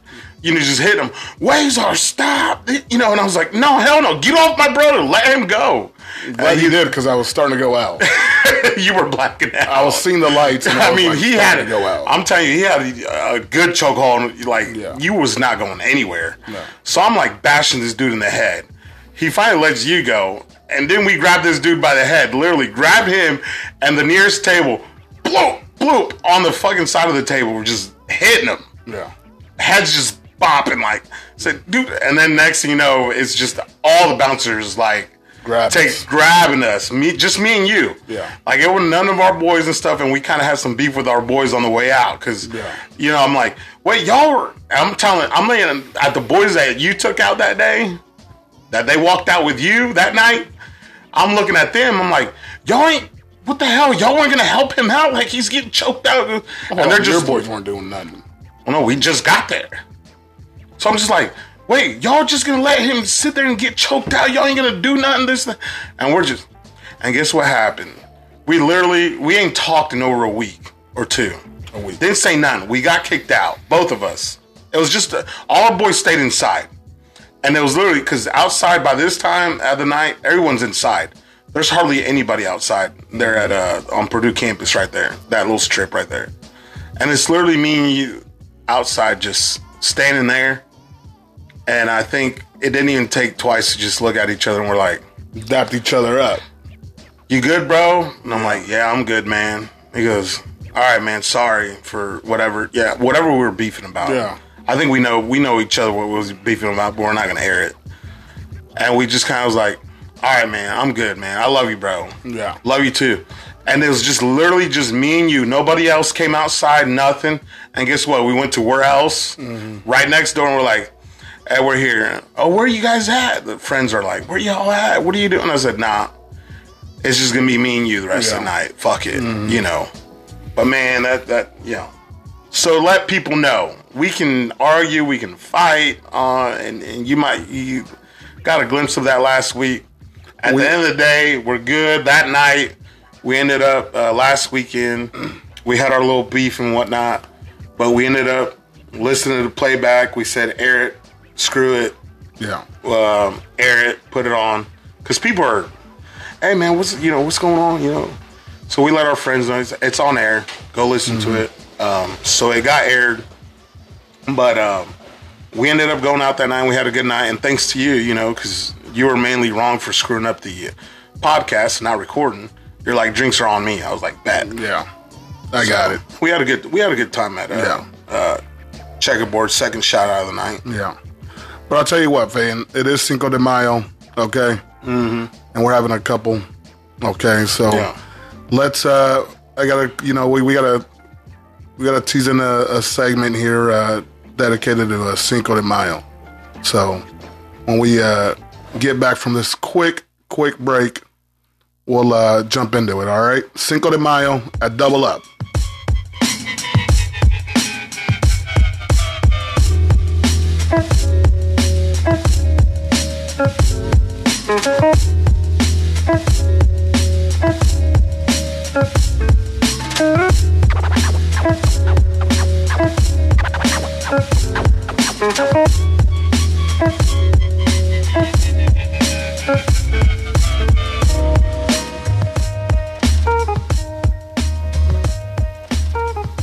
Speaker 1: You know, just hit him. Wazar, stop! You know, and I was like, "No, hell no! Get off my brother! Let him go!"
Speaker 2: Glad you did because I was starting to go out.
Speaker 1: [laughs] you were blacking out.
Speaker 2: I was seeing the
Speaker 1: [laughs]
Speaker 2: lights. And I,
Speaker 1: I
Speaker 2: was
Speaker 1: mean,
Speaker 2: like,
Speaker 1: he
Speaker 2: starting
Speaker 1: had
Speaker 2: to go out.
Speaker 1: I'm telling you, he had a, a good chokehold. Like
Speaker 2: Yeah.
Speaker 1: you was not going anywhere.
Speaker 2: No.
Speaker 1: So I'm like bashing this dude in the head. He finally lets you go, and then we grab this dude by the head. Literally, grab him and the nearest table, bloop bloop on the fucking side of the table. We're just hitting him.
Speaker 2: yeah.
Speaker 1: Heads just bopping like said, dude. And then next thing you know, it's just all the bouncers like.
Speaker 2: Grab
Speaker 1: take
Speaker 2: us.
Speaker 1: grabbing us, me, just me and you.
Speaker 2: Yeah.
Speaker 1: Like it was none of our boys and stuff, and we kind of had some beef with our boys on the way out because,
Speaker 2: Yeah.
Speaker 1: you know, I'm like, wait, y'all were. I'm telling, I'm laying at the boys that you took out that day, that they walked out with you that night. I'm looking at them. I'm like, y'all ain't. What the hell? Y'all weren't gonna help him out? Like he's getting choked out, and
Speaker 2: Oh,
Speaker 1: they're just
Speaker 2: your boys weren't doing nothing.
Speaker 1: well, Oh, no, we just got there. So I'm just like, wait, y'all just gonna let him sit there and get choked out? Y'all ain't gonna do nothing. This, that. and we're just, and guess what happened? We literally, we ain't talked in over a week or two.
Speaker 2: A week.
Speaker 1: Didn't say nothing. We got kicked out, both of us. It was just uh, all our boys stayed inside, and it was literally because outside by this time of the night, everyone's inside. There's hardly anybody outside there at uh, on Purdue campus right there. That little strip right there, and it's literally me and you outside just standing there. And I think it didn't even take twice to just look at each other and we're like,
Speaker 2: Dapped each other up.
Speaker 1: you good, bro? And I'm like, yeah, I'm good, man. He goes, all right, man, sorry for whatever. Yeah, whatever we were beefing about.
Speaker 2: Yeah.
Speaker 1: I think we know we know each other what we was beefing about, but we're not gonna air it. And we just kind of was like, all right, man, I'm good, man. I love you, bro.
Speaker 2: Yeah.
Speaker 1: Love you too. And it was just literally just me and you. Nobody else came outside, nothing. And guess what? We went to where else?
Speaker 2: Mm-hmm.
Speaker 1: Right next door, and we're like, hey, we're here. Oh, where you guys at? The friends are like, where y'all at? What are you doing? I said, nah It's just gonna be me and you the rest of the
Speaker 2: Yeah. Mm-hmm.
Speaker 1: night. Fuck it, you know. But man, that that you know. So let people know we can argue, we can fight, uh, and and you might you got a glimpse of that last week. At
Speaker 2: We-
Speaker 1: the end of the day, we're good. That night, we ended up uh, last weekend. [clears throat] We had our little beef and whatnot, but we ended up listening to the playback. We said, "Air it, screw it,
Speaker 2: Yeah.
Speaker 1: um, air it, put it on, because people are, hey man, what's you know what's going on, you know. So we let our friends know it's, it's on air. Go listen to it. Um, so it got aired, but um, we ended up going out that night. and We had a good night, and thanks to you, you know, because you were mainly wrong for screwing up the uh, podcast, not recording. You're like drinks are on me. I was like bet.
Speaker 2: Yeah. I got it.
Speaker 1: We had a good we had a good time at uh, uh, checkerboard second shot out of the night.
Speaker 2: Yeah. But I'll tell you what, Van, it is Cinco de Mayo, okay? Mm-hmm. And we're having a couple, okay? So
Speaker 1: Yeah.
Speaker 2: let's, uh, I gotta, you know, we, we gotta, we gotta tease in a, a segment here uh, dedicated to uh, Cinco de Mayo. So when we uh, get back from this quick, quick break, we'll uh, jump into it, all right? Cinco de Mayo at Double Up.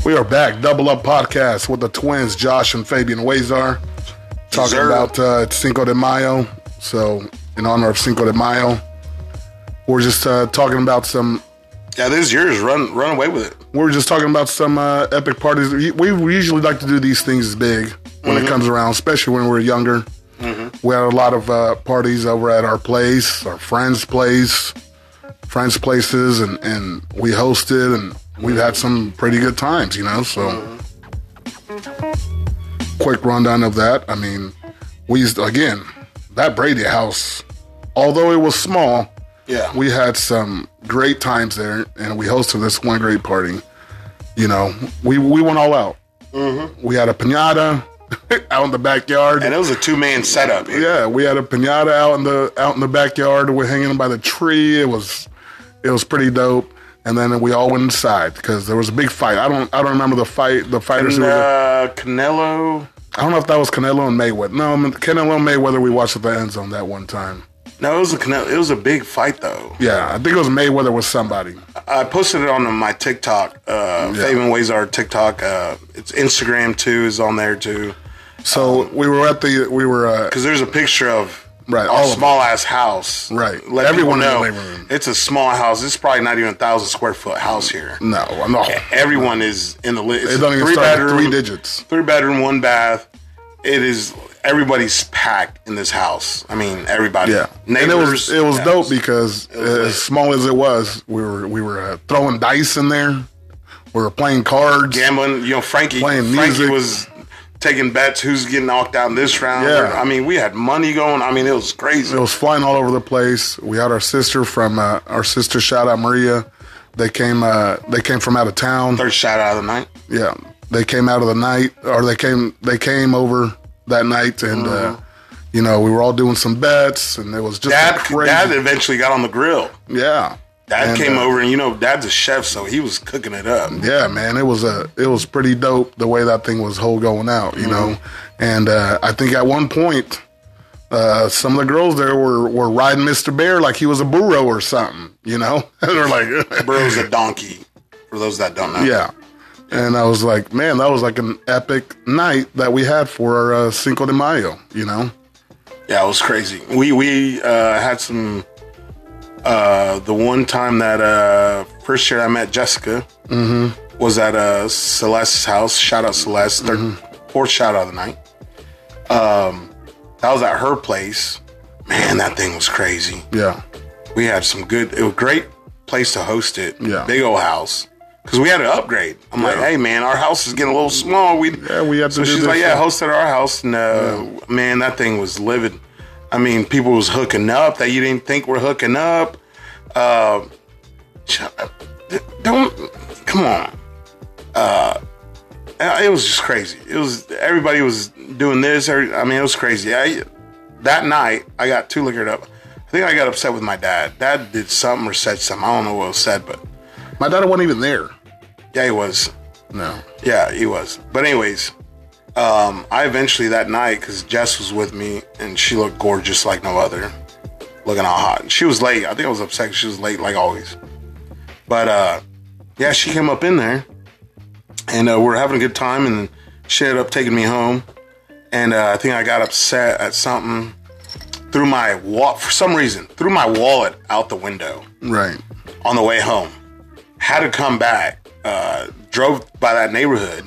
Speaker 2: We are back, Double Up Podcast with the twins, Josh and Fabian Wazar, talking
Speaker 1: Dessert.
Speaker 2: about uh, Cinco de Mayo. So, in honor of Cinco de Mayo, we're just uh, talking about some.
Speaker 1: Yeah, this is yours. Run run away with it.
Speaker 2: We're just talking about some uh, epic parties. We we usually like to do these things big when it comes around, especially when we're younger. We had a lot of uh, parties over at our place, our friends' place, friends' places, and and we hosted, and we've had some pretty good times, you know. So quick rundown of that. I mean, we used again that Brady house, although it was small,
Speaker 1: Yeah.
Speaker 2: we had some great times there, and we hosted this one great party. You know, we we went all out. We had a pinata [laughs] out in the backyard.
Speaker 1: And it was a two man setup. Here.
Speaker 2: yeah, we had a pinata out in the out in the backyard. We're hanging by the tree. It was it was pretty dope. And then we all went inside because there was a big fight. I don't I don't remember the fight. The fighters.
Speaker 1: And,
Speaker 2: who were-
Speaker 1: uh, Canelo.
Speaker 2: I don't know if that was Canelo and Mayweather. No, I mean, Canelo and Mayweather. We watched at the end zone that one time.
Speaker 1: No, it was a Canelo. It was a big fight though.
Speaker 2: Yeah, I think it was Mayweather with somebody.
Speaker 1: I posted it on my TikTok. Uh, Fabian Wazar TikTok. Uh, it's Instagram too is on there too.
Speaker 2: So we were at the we were uh,
Speaker 1: Because there's a picture of
Speaker 2: Right,
Speaker 1: our
Speaker 2: all of
Speaker 1: small ass house.
Speaker 2: Right.
Speaker 1: Let
Speaker 2: Everyone in the
Speaker 1: everyone
Speaker 2: living
Speaker 1: know
Speaker 2: room.
Speaker 1: it's a small house. It's probably not even a thousand square foot house here.
Speaker 2: no no.
Speaker 1: Everyone is in the list.
Speaker 2: It don't even start at three digits.
Speaker 1: three bedroom, one bath. It is everybody's packed in this house. I mean, everybody.
Speaker 2: Yeah,
Speaker 1: neighbors. uh,
Speaker 2: and it was it was
Speaker 1: Yeah.
Speaker 2: dope because as small as it was, we were we were uh, throwing dice in there. We were playing cards.
Speaker 1: gambling. You know, Frankie.
Speaker 2: Playing
Speaker 1: Frankie
Speaker 2: music.
Speaker 1: was taking bets. Who's getting knocked down this round?
Speaker 2: Yeah.
Speaker 1: I mean, we had money going. I mean, it was crazy.
Speaker 2: It was flying all over the place. We had our sister from uh, our sister shout out Maria. They came uh, they came from out of town.
Speaker 1: Third shot out of the night.
Speaker 2: yeah they came out of the night or they came they came over that night and
Speaker 1: Uh-huh.
Speaker 2: uh, you know we were all doing some bets and it was just a
Speaker 1: Dad.
Speaker 2: crazy
Speaker 1: Dad eventually got on the grill.
Speaker 2: yeah
Speaker 1: Dad
Speaker 2: And,
Speaker 1: came
Speaker 2: uh,
Speaker 1: over, and you know, Dad's a chef, so he was cooking it up.
Speaker 2: yeah man it was a it was pretty dope the way that thing was whole going out you know
Speaker 1: Mm-hmm.
Speaker 2: and uh, i think at one point uh, some of the girls there were, were riding Mr. Bear like he was a burro or something, you know? [laughs] They're like, [laughs]
Speaker 1: Burrow's a donkey. For those that don't know.
Speaker 2: Yeah. And I was like, man, that was like an epic night that we had for our uh, Cinco de Mayo, you know?
Speaker 1: Yeah, it was crazy. We we uh, had some. Uh, the one time that uh, first year I met Jessica was at uh, Celeste's house. Shout out Celeste, 3rd fourth shout out of the night. Um, that was at her place. Man, that thing was crazy.
Speaker 2: Yeah.
Speaker 1: We had some good. It was a great place to host it.
Speaker 2: Yeah.
Speaker 1: big old house. Cause we had to upgrade. I'm like, hey man, our house is getting a little small. We
Speaker 2: Yeah, we have
Speaker 1: so
Speaker 2: to do
Speaker 1: she's
Speaker 2: this
Speaker 1: like, yeah,
Speaker 2: stuff.
Speaker 1: hosted our house. uh, No, man, that thing was livid. I mean, people was hooking up that you didn't think were hooking up. Uh, ch- don't come on. Uh, it was just crazy. It was everybody was doing this. every- I mean, it was crazy. I, that night, I got too liquored up. I think I got upset with my dad. Dad did something or said something. I don't know what was said, but
Speaker 2: My daughter wasn't even there.
Speaker 1: yeah, he was.
Speaker 2: No.
Speaker 1: Yeah, he was. But anyways, um, I eventually that night because Jess was with me and she looked gorgeous like no other, looking all hot. And she was late. I think I was upset. 'cause She was late like always. But uh, yeah, she came up in there, and uh, we were having a good time. And she ended up taking me home. And uh, I think I got upset at something. Threw my wallet for some reason. Threw my wallet out the window
Speaker 2: Right.
Speaker 1: on the way home. Had to come back. Uh, drove by that neighborhood,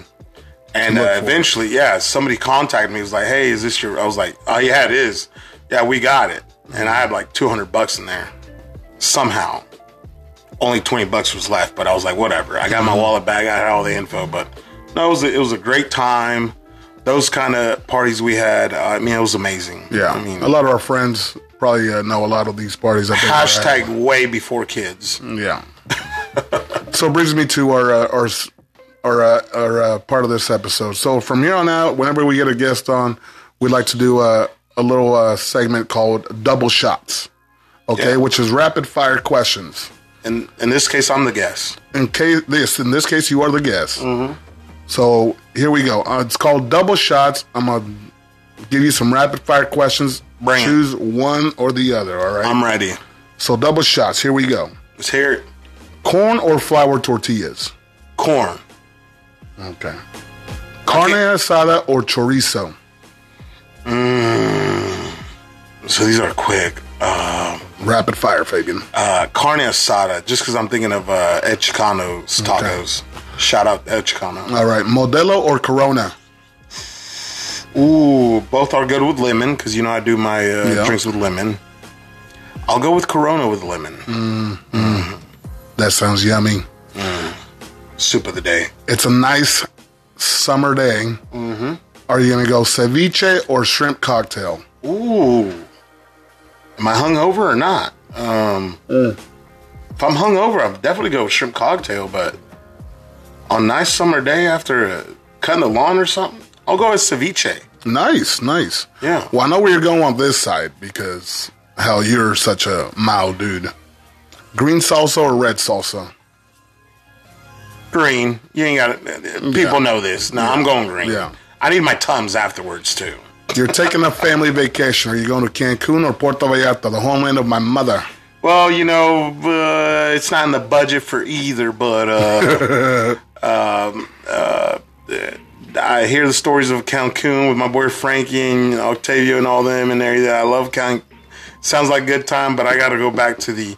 Speaker 1: and uh,
Speaker 2: Look for it.
Speaker 1: eventually, yeah, somebody contacted me. Was like, "Hey, is this your?" I was like, "Oh yeah, it is. Yeah, we got it." And I had like two hundred bucks in there somehow. Only twenty bucks was left, but I was like, "Whatever." I got my wallet back. I had all the info, but no, it was a, it was a great time. Those kind of parties we had, uh, I mean, it was amazing.
Speaker 2: Yeah.
Speaker 1: I mean,
Speaker 2: a lot of our friends probably uh, know a lot of these parties. I think
Speaker 1: hashtag way before kids.
Speaker 2: Yeah. so it brings me to our uh, our s- our, uh, our uh, part of this episode. So from here on out, whenever we get a guest on, we'd like to do a a little uh, segment called Double Shots, okay,
Speaker 1: Yeah.
Speaker 2: which is rapid fire questions.
Speaker 1: And in this case, I'm the guest.
Speaker 2: In case this in this case, you are the guest.
Speaker 1: Mm-hmm.
Speaker 2: So here we go. Uh, it's called Double Shots. I'm gonna give you some rapid fire questions.
Speaker 1: Bring it.
Speaker 2: Choose one or the other. All right?
Speaker 1: I'm ready.
Speaker 2: so double shots. Here we go.
Speaker 1: Let's hear it.
Speaker 2: Corn or flour tortillas.
Speaker 1: Corn.
Speaker 2: Okay. Carne asada or chorizo?
Speaker 1: So these are quick. Um,
Speaker 2: Rapid fire, Fabian.
Speaker 1: uh, carne asada, just because I'm thinking of uh, El Chicano's tacos. Shout out El Chicano.
Speaker 2: All right. Modelo or Corona?
Speaker 1: Ooh, both are good with lemon, because you know I do my uh,
Speaker 2: Yeah.
Speaker 1: drinks with lemon. I'll go with Corona with lemon.
Speaker 2: That sounds yummy.
Speaker 1: Soup of the day.
Speaker 2: It's a nice summer day. Mm-hmm. Are you going to go ceviche or shrimp cocktail?
Speaker 1: Ooh. Am I hungover or not? Um, If I'm hungover, I'll definitely go with shrimp cocktail, but on a nice summer day after uh, cutting the lawn or something, I'll go with ceviche.
Speaker 2: Nice, nice.
Speaker 1: Yeah.
Speaker 2: Well, I know where you're going on this side because, hell, you're such a mild dude. Green salsa or red salsa?
Speaker 1: green. You ain't got it. People know this. No, I'm going green.
Speaker 2: Yeah.
Speaker 1: I need my tums afterwards too.
Speaker 2: You're taking a family vacation. Are you going to Cancun or Puerto Vallarta, the homeland of my mother?
Speaker 1: Well, you know, uh, it's not in the budget for either, but uh,
Speaker 2: [laughs]
Speaker 1: um, uh, I hear the stories of Cancun with my boy Frankie and Octavio and all them and everything. I love Cancun. Sounds like a good time, but I got to go back to the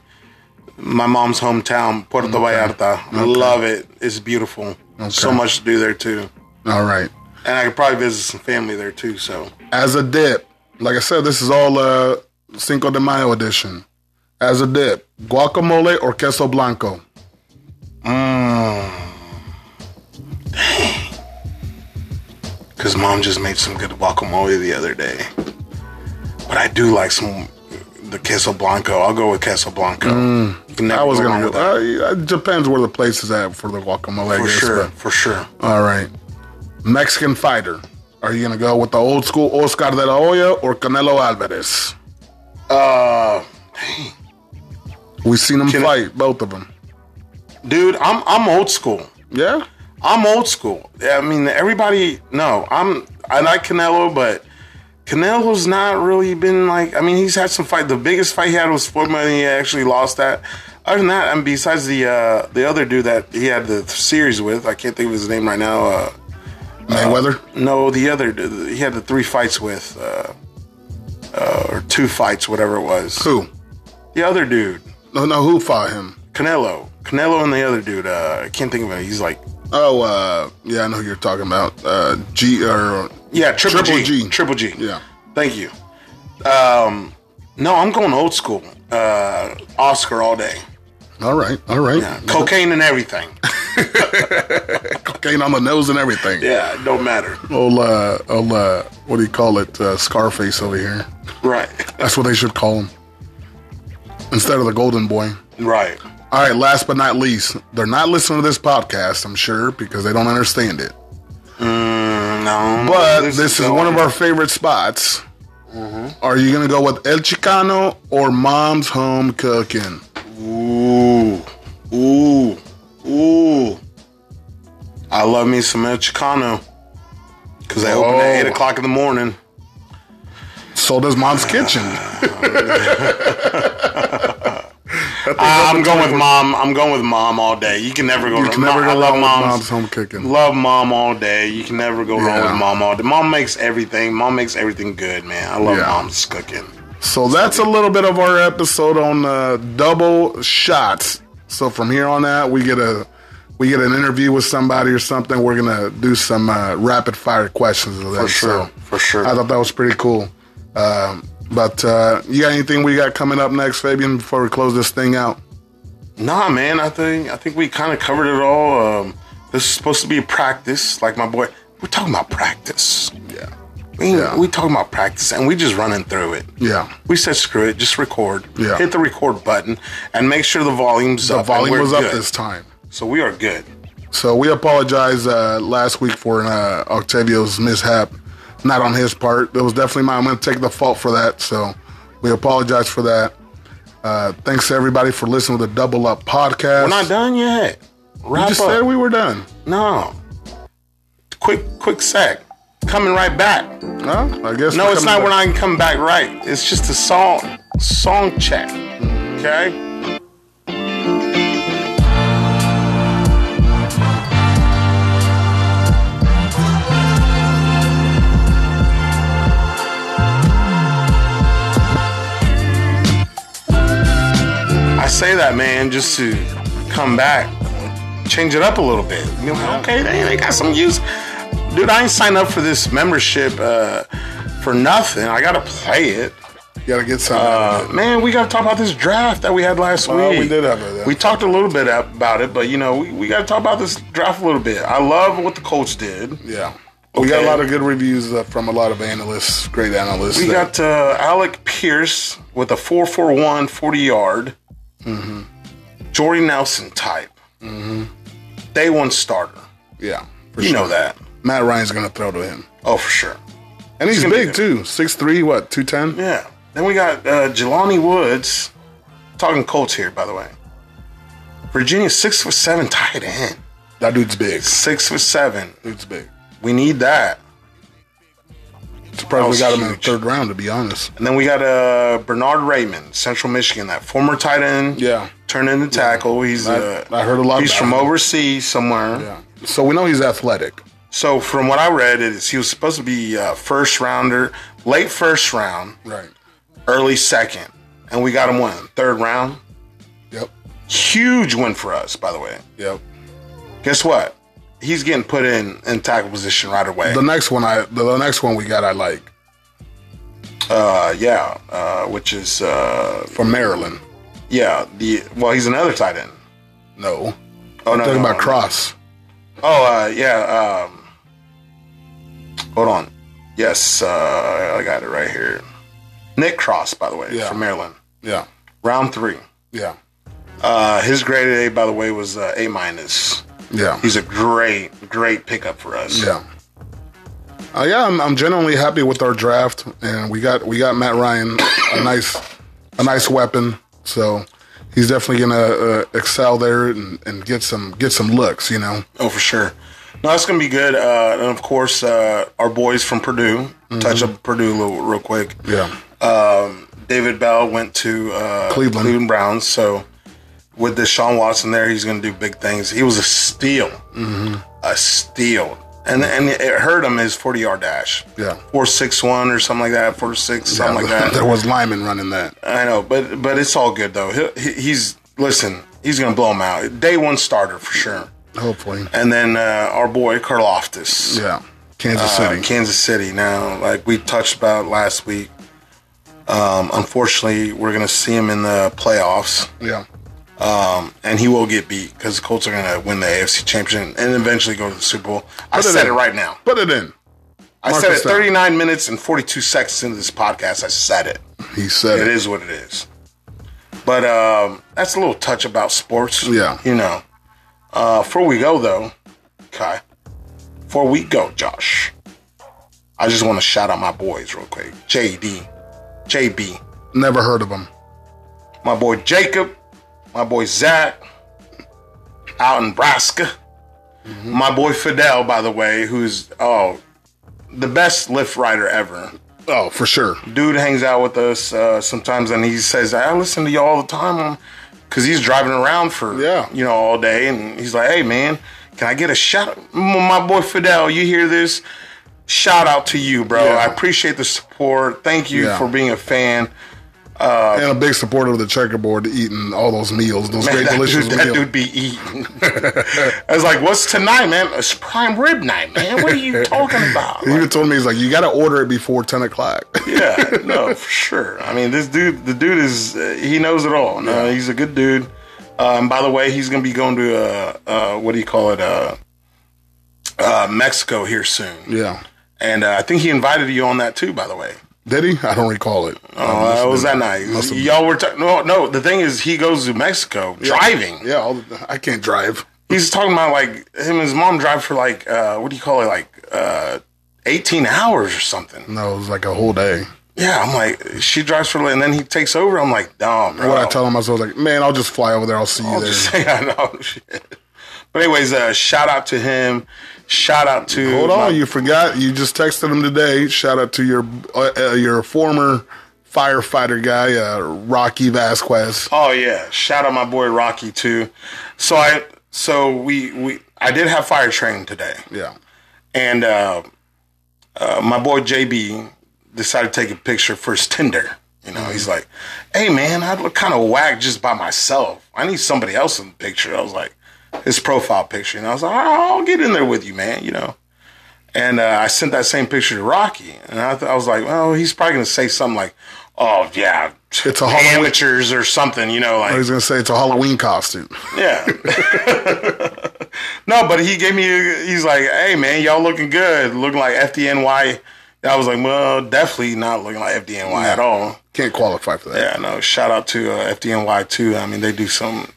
Speaker 1: my mom's hometown, Puerto Vallarta. I love it. It's beautiful. So
Speaker 2: Okay.
Speaker 1: much to do there too,
Speaker 2: All right.
Speaker 1: and I could probably visit some family there too. So.
Speaker 2: as a dip. Like I said, this is all uh, Cinco de Mayo edition. As a dip, guacamole or queso blanco.
Speaker 1: Because mom just made some good guacamole the other day. But I do like some the queso blanco. I'll go with queso blanco. You can never
Speaker 2: Mm. I was
Speaker 1: go
Speaker 2: gonna.
Speaker 1: wrong with that.
Speaker 2: Uh, it depends where the place is at for the guacamole. I
Speaker 1: For
Speaker 2: guess,
Speaker 1: sure, for sure.
Speaker 2: but- all right. Mexican fighter. Are you gonna go with the old school Oscar de la Hoya or Canelo Alvarez?
Speaker 1: Uh,
Speaker 2: We've seen them
Speaker 1: Can I-
Speaker 2: fight, both of them.
Speaker 1: dude, I'm I'm old school.
Speaker 2: Yeah.
Speaker 1: I'm old school. I mean, everybody. No, I'm. I like Canelo, but Canelo's not really been like. I mean, he's had some fight. The biggest fight he had was Floyd Money. He actually lost that. Other than that, and besides the uh, the other dude that he had the series with, I can't think of his name right now. Uh,
Speaker 2: Mayweather.
Speaker 1: no, the other dude he had the three fights with, uh, uh, or two fights, whatever it was.
Speaker 2: who?
Speaker 1: The other dude,
Speaker 2: No, no. Who fought him?
Speaker 1: Canelo, Canelo, and the other dude. Uh, I can't think of it. He's like
Speaker 2: Oh, uh, yeah, I know who you're talking about. Uh, G or
Speaker 1: Yeah, triple,
Speaker 2: Triple
Speaker 1: G,
Speaker 2: G.
Speaker 1: Triple G.
Speaker 2: Yeah.
Speaker 1: Thank you. Um, no, I'm going old school. Uh, Oscar all day.
Speaker 2: all right, all right.
Speaker 1: Yeah, Cocaine and everything.
Speaker 2: cocaine on the nose and everything.
Speaker 1: Yeah, it don't matter.
Speaker 2: Old, uh, old, uh, what do you call it? Uh, Scarface over here.
Speaker 1: Right.
Speaker 2: That's what they should call him. Instead of the Golden Boy.
Speaker 1: Right.
Speaker 2: All right, last but not least, they're not listening to this podcast, I'm sure, because they don't understand it.
Speaker 1: Mm, No.
Speaker 2: But this is one of our favorite spots.
Speaker 1: Mm-hmm.
Speaker 2: Are you going to go with El Chicano or Mom's Home Cooking?
Speaker 1: Ooh. Ooh. Ooh. I love me some El Chicano. Because they open
Speaker 2: Whoa.
Speaker 1: at 8 o'clock in the morning.
Speaker 2: So does Mom's Kitchen.
Speaker 1: I'm going with mom. I'm going with mom all day. You can never go
Speaker 2: You
Speaker 1: wrong.
Speaker 2: can never
Speaker 1: I
Speaker 2: go
Speaker 1: love
Speaker 2: wrong with
Speaker 1: mom's,
Speaker 2: mom's home cooking.
Speaker 1: Love mom all day. You can never go
Speaker 2: Yeah.
Speaker 1: wrong with mom all day. Mom makes everything. Mom makes everything good, man. I love
Speaker 2: Yeah.
Speaker 1: mom's cooking.
Speaker 2: So that's a little bit of our episode on uh, double shots. So from here on out, we get a we get an interview with somebody or something. We're gonna do some uh, rapid fire questions of that.
Speaker 1: For sure.
Speaker 2: So
Speaker 1: For sure.
Speaker 2: I thought that was pretty cool. Um, but uh, you got anything we got coming up next, Fabian? Before we close this thing out,
Speaker 1: Nah, man. I think I think we kind of covered it all. Um, this is supposed to be a practice. Like my boy, we're talking about practice.
Speaker 2: yeah,
Speaker 1: We,
Speaker 2: Yeah.
Speaker 1: we talking about practice, and we just running through it.
Speaker 2: yeah,
Speaker 1: We said screw it, just record.
Speaker 2: Yeah.
Speaker 1: Hit the record button and make sure the volume's
Speaker 2: the
Speaker 1: up. and
Speaker 2: volume
Speaker 1: we're
Speaker 2: was up
Speaker 1: good.
Speaker 2: this time.
Speaker 1: so we are good.
Speaker 2: So we apologize uh, last week for uh, Octavio's mishap. Not on his part. That was definitely mine. I'm going to take the fault for that. So we apologize for that. Uh, thanks to everybody for listening to the Double Up podcast.
Speaker 1: We're not done yet. Wrap
Speaker 2: You just
Speaker 1: up.
Speaker 2: said we were done.
Speaker 1: No. Quick, quick sec. Coming right back.
Speaker 2: Huh? I guess.
Speaker 1: No, it's not
Speaker 2: coming
Speaker 1: when
Speaker 2: back.
Speaker 1: I can come back right. It's just a song, song check. Okay. I say that, man, just to come back, change it up a little bit. You know, okay, they, they got some use. Dude, I ain't signed up for this membership uh, for nothing. I gotta play it.
Speaker 2: You gotta get some.
Speaker 1: Uh, man, we gotta talk about this draft that we had last
Speaker 2: Well,
Speaker 1: week.
Speaker 2: we did have it, yeah.
Speaker 1: We talked a little bit ab- about it, but you know, we, we gotta talk about this draft a little bit. I love what the Colts did.
Speaker 2: yeah. We got a
Speaker 1: okay.
Speaker 2: lot of good reviews uh, from a lot of analysts, great analysts.
Speaker 1: We
Speaker 2: that-
Speaker 1: got uh, Alec Pierce with a 441 40 yard. Mm-hmm. Jordy Nelson type. Mm-hmm. Day one starter.
Speaker 2: yeah. For
Speaker 1: You
Speaker 2: sure.
Speaker 1: know that.
Speaker 2: Matt Ryan's gonna throw to him,
Speaker 1: Oh, for sure.
Speaker 2: and he's
Speaker 1: gonna be
Speaker 2: big too. Six three, what two ten?
Speaker 1: Yeah. Then we got uh, Jelani Woods. Talking Colts here, by the way. Virginia, six foot seven tight end.
Speaker 2: That dude's big.
Speaker 1: Six foot seven.
Speaker 2: Dude's big.
Speaker 1: We need that.
Speaker 2: Surprised
Speaker 1: That
Speaker 2: we
Speaker 1: was
Speaker 2: got him in the
Speaker 1: Oh, huge.
Speaker 2: third round, to be honest.
Speaker 1: And then we got uh, Bernard Raymond, Central Michigan, that former tight end.
Speaker 2: Yeah.
Speaker 1: Turned into tackle. He's uh,
Speaker 2: I heard a lot
Speaker 1: He's
Speaker 2: about
Speaker 1: from
Speaker 2: him.
Speaker 1: overseas somewhere.
Speaker 2: Yeah. So we know he's athletic.
Speaker 1: So from what I read, it is he was supposed to be uh, first rounder, late first round,
Speaker 2: Right.
Speaker 1: early second, and we got him one third round.
Speaker 2: Yep.
Speaker 1: Huge win for us, by the way.
Speaker 2: Yep.
Speaker 1: Guess what? He's getting put in in tackle position right away.
Speaker 2: The next one I the, the next one we got I like
Speaker 1: Uh, yeah, uh, which is uh,
Speaker 2: from Maryland.
Speaker 1: yeah the well he's another tight end.
Speaker 2: No.
Speaker 1: Oh no,
Speaker 2: Talking
Speaker 1: no,
Speaker 2: about
Speaker 1: no.
Speaker 2: Cross.
Speaker 1: Oh uh, yeah. Um, hold on. Yes, uh, I got it right here. Nick Cross, by the way,
Speaker 2: Yeah.
Speaker 1: from Maryland,
Speaker 2: Yeah.
Speaker 1: round three.
Speaker 2: Yeah.
Speaker 1: Uh, his grade today, by the way, was uh, A minus.
Speaker 2: Yeah.
Speaker 1: He's a great, great pickup for us.
Speaker 2: yeah. Uh, yeah, I'm, I'm genuinely happy with our draft, and we got we got Matt Ryan [coughs] a nice a nice weapon. So he's definitely gonna uh, excel there and, and get some get some looks. You know.
Speaker 1: Oh, for sure. No, that's gonna be good. Uh, and of course, uh, our boys from Purdue. Touch up Purdue a little, real quick.
Speaker 2: Mm-hmm. Yeah.
Speaker 1: Um, David Bell went to uh,
Speaker 2: Cleveland.
Speaker 1: Cleveland Browns. So with this Sean Watson there, he's gonna do big things. He was a steal,
Speaker 2: Mm-hmm.
Speaker 1: a steal, and and it hurt him his forty yard dash.
Speaker 2: Yeah.
Speaker 1: four six one or something like that. Four six, something like
Speaker 2: [laughs]
Speaker 1: that.
Speaker 2: [laughs] there was Lyman running that.
Speaker 1: I know, but but it's all good though. He, he, he's listen. He's gonna blow him out. Day one starter for sure.
Speaker 2: Hopefully. [coughs]
Speaker 1: And then uh, our boy Karloftis,
Speaker 2: Yeah. Kansas
Speaker 1: uh,
Speaker 2: City.
Speaker 1: Kansas City. Now, like we touched about last week, um, unfortunately, we're gonna see him in the playoffs,
Speaker 2: yeah.
Speaker 1: um, and he will get beat because the Colts are gonna win the AFC Championship and eventually go to the Super Bowl. I
Speaker 2: Put it
Speaker 1: said
Speaker 2: in.
Speaker 1: it right now.
Speaker 2: Put it in.
Speaker 1: I
Speaker 2: Mark
Speaker 1: said
Speaker 2: this
Speaker 1: it
Speaker 2: down.
Speaker 1: 39 minutes and 42 seconds into this podcast. I said it.
Speaker 2: He said
Speaker 1: It
Speaker 2: it.
Speaker 1: is what it is. But um, that's a little touch about sports.
Speaker 2: Yeah.
Speaker 1: You know. Uh, before we go, though, Kai, before we go, Josh, I just want to shout out my boys real quick JD, JB,
Speaker 2: Never heard of him.
Speaker 1: my boy Jacob, my boy Zach, out in Braska, my boy Fidel, by the way, who's, oh, the best lift rider ever
Speaker 2: Oh, for sure.
Speaker 1: dude hangs out with us uh, sometimes and he says i listen to you all the time because he's driving around for
Speaker 2: Yeah.
Speaker 1: you know all day and he's like hey man can i get a shout M- my boy fidel you hear this shout out to you bro
Speaker 2: Yeah.
Speaker 1: i appreciate the support thank you
Speaker 2: Yeah.
Speaker 1: for being a fan [laughs]
Speaker 2: and a big supporter of the checkerboard, eating all those meals, those
Speaker 1: Man,
Speaker 2: great
Speaker 1: that,
Speaker 2: delicious
Speaker 1: dude, that
Speaker 2: meals.
Speaker 1: dude be
Speaker 2: [laughs]
Speaker 1: eating i was like what's tonight man it's prime rib night man what are you talking
Speaker 2: [laughs]
Speaker 1: about
Speaker 2: He even told me he's like, you got to order it before ten o'clock. [laughs]
Speaker 1: yeah, no, for sure. I mean, this dude, the dude is, uh, he knows it all. No, he's a good dude. Uh, and by the way, he's going to be going to, uh, uh, what do you call it, uh, uh, Mexico here soon.
Speaker 2: yeah.
Speaker 1: And uh, I think he invited you on that too, by the way.
Speaker 2: Did he? I don't recall it.
Speaker 1: Oh, uh, was that night?
Speaker 2: must have-
Speaker 1: Y'all were talking. No, no. The thing is, he goes to Mexico driving.
Speaker 2: Yeah, all the, I can't drive.
Speaker 1: He's talking about like him and his mom drive for like uh, what do you call it, like uh, eighteen hours or something.
Speaker 2: No, it was like a whole day.
Speaker 1: Yeah, I'm like she drives for, and then he takes over. I'm like, dumb, bro.
Speaker 2: What I tell him, I was like, man, I'll just fly over there. I'll see you
Speaker 1: I'll
Speaker 2: there.
Speaker 1: just say I know. [laughs] Shit. But anyways, uh, shout out to him. Shout out to
Speaker 2: Hold
Speaker 1: my-
Speaker 2: on, you forgot. You just texted him today. Shout out to your uh, uh, your former firefighter guy, uh, Rocky Vasquez.
Speaker 1: Oh yeah, shout out my boy Rocky too. So I so we we I did have fire training today,
Speaker 2: Yeah,
Speaker 1: and uh, uh, my boy JB decided to take a picture for his Tinder. You know,
Speaker 2: Mm-hmm.
Speaker 1: he's like, "Hey man, I look kind of whack just by myself. I need somebody else in the picture." I was like, his profile picture, and I was like, "I'll get in there with you, man." You know. And uh, I sent that same picture to Rocky, and I, th- I was like, "Well, he's probably gonna say something like, oh yeah,
Speaker 2: It's a Halloween-
Speaker 1: amateurs or something, you know,
Speaker 2: I
Speaker 1: like
Speaker 2: was gonna say it's a Halloween costume.
Speaker 1: yeah." [laughs] no, but he gave me. a- He's like, "Hey man, y'all looking good, looking like FDNY." And I was like, "Well, definitely not looking like FDNY at all."
Speaker 2: Can't qualify for that.
Speaker 1: Yeah, no. Shout out to uh, FDNY too. I mean, they do some.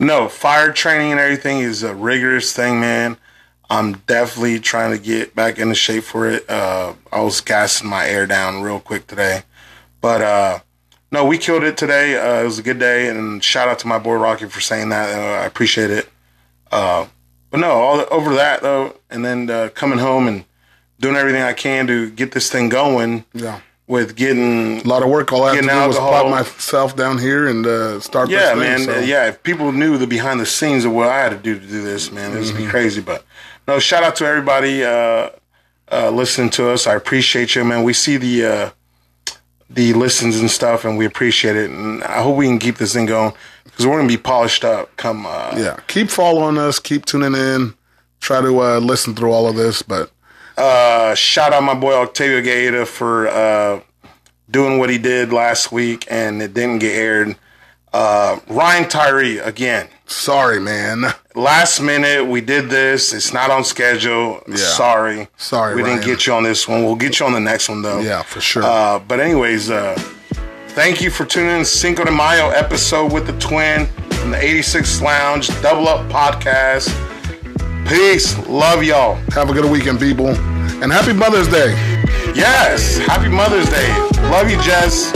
Speaker 1: No, fire training and everything is a rigorous thing, man. I'm definitely trying to get back into shape for it. Uh, I was gassing my air down real quick today, but uh, no, we killed it today. Uh, it was a good day, and shout out to my boy Rocky for saying that. Uh, I appreciate it. Uh, but no, all over that though, and then uh, coming home and doing everything I can to get this thing going
Speaker 2: Yeah.
Speaker 1: with getting
Speaker 2: A lot of work. All I have
Speaker 1: Getting
Speaker 2: to do was
Speaker 1: alcohol.
Speaker 2: plop myself down here and uh, start.
Speaker 1: Yeah,
Speaker 2: this thing,
Speaker 1: man.
Speaker 2: so-
Speaker 1: uh, Yeah, if people knew the behind the scenes of what I had to do to do this, man, this
Speaker 2: Mm-hmm.
Speaker 1: would be crazy. But no, shout out to everybody uh, uh, listening to us. I appreciate you, man. We see the uh, the listens and stuff, and we appreciate it. And I hope we can keep this thing going because we're gonna be polished up. Come, uh,
Speaker 2: yeah. Keep following us. Keep tuning in. Try to uh, listen through all of this, but
Speaker 1: uh, shout out my boy Octavio Gaeta for uh, doing what he did last week, and it didn't get aired. Uh, Ryan Tyree again.
Speaker 2: sorry, man. [laughs]
Speaker 1: last minute we did this it's not on schedule sorry
Speaker 2: Sorry,
Speaker 1: we didn't
Speaker 2: Ryan.
Speaker 1: get you on this one we'll get you on the next one though
Speaker 2: Yeah, for sure.
Speaker 1: uh, but anyways uh, thank you for tuning in cinco de mayo episode with the twin from the 86 lounge double up podcast peace love y'all
Speaker 2: have a good weekend, people, and happy Mother's Day.
Speaker 1: yes happy mother's day love you jess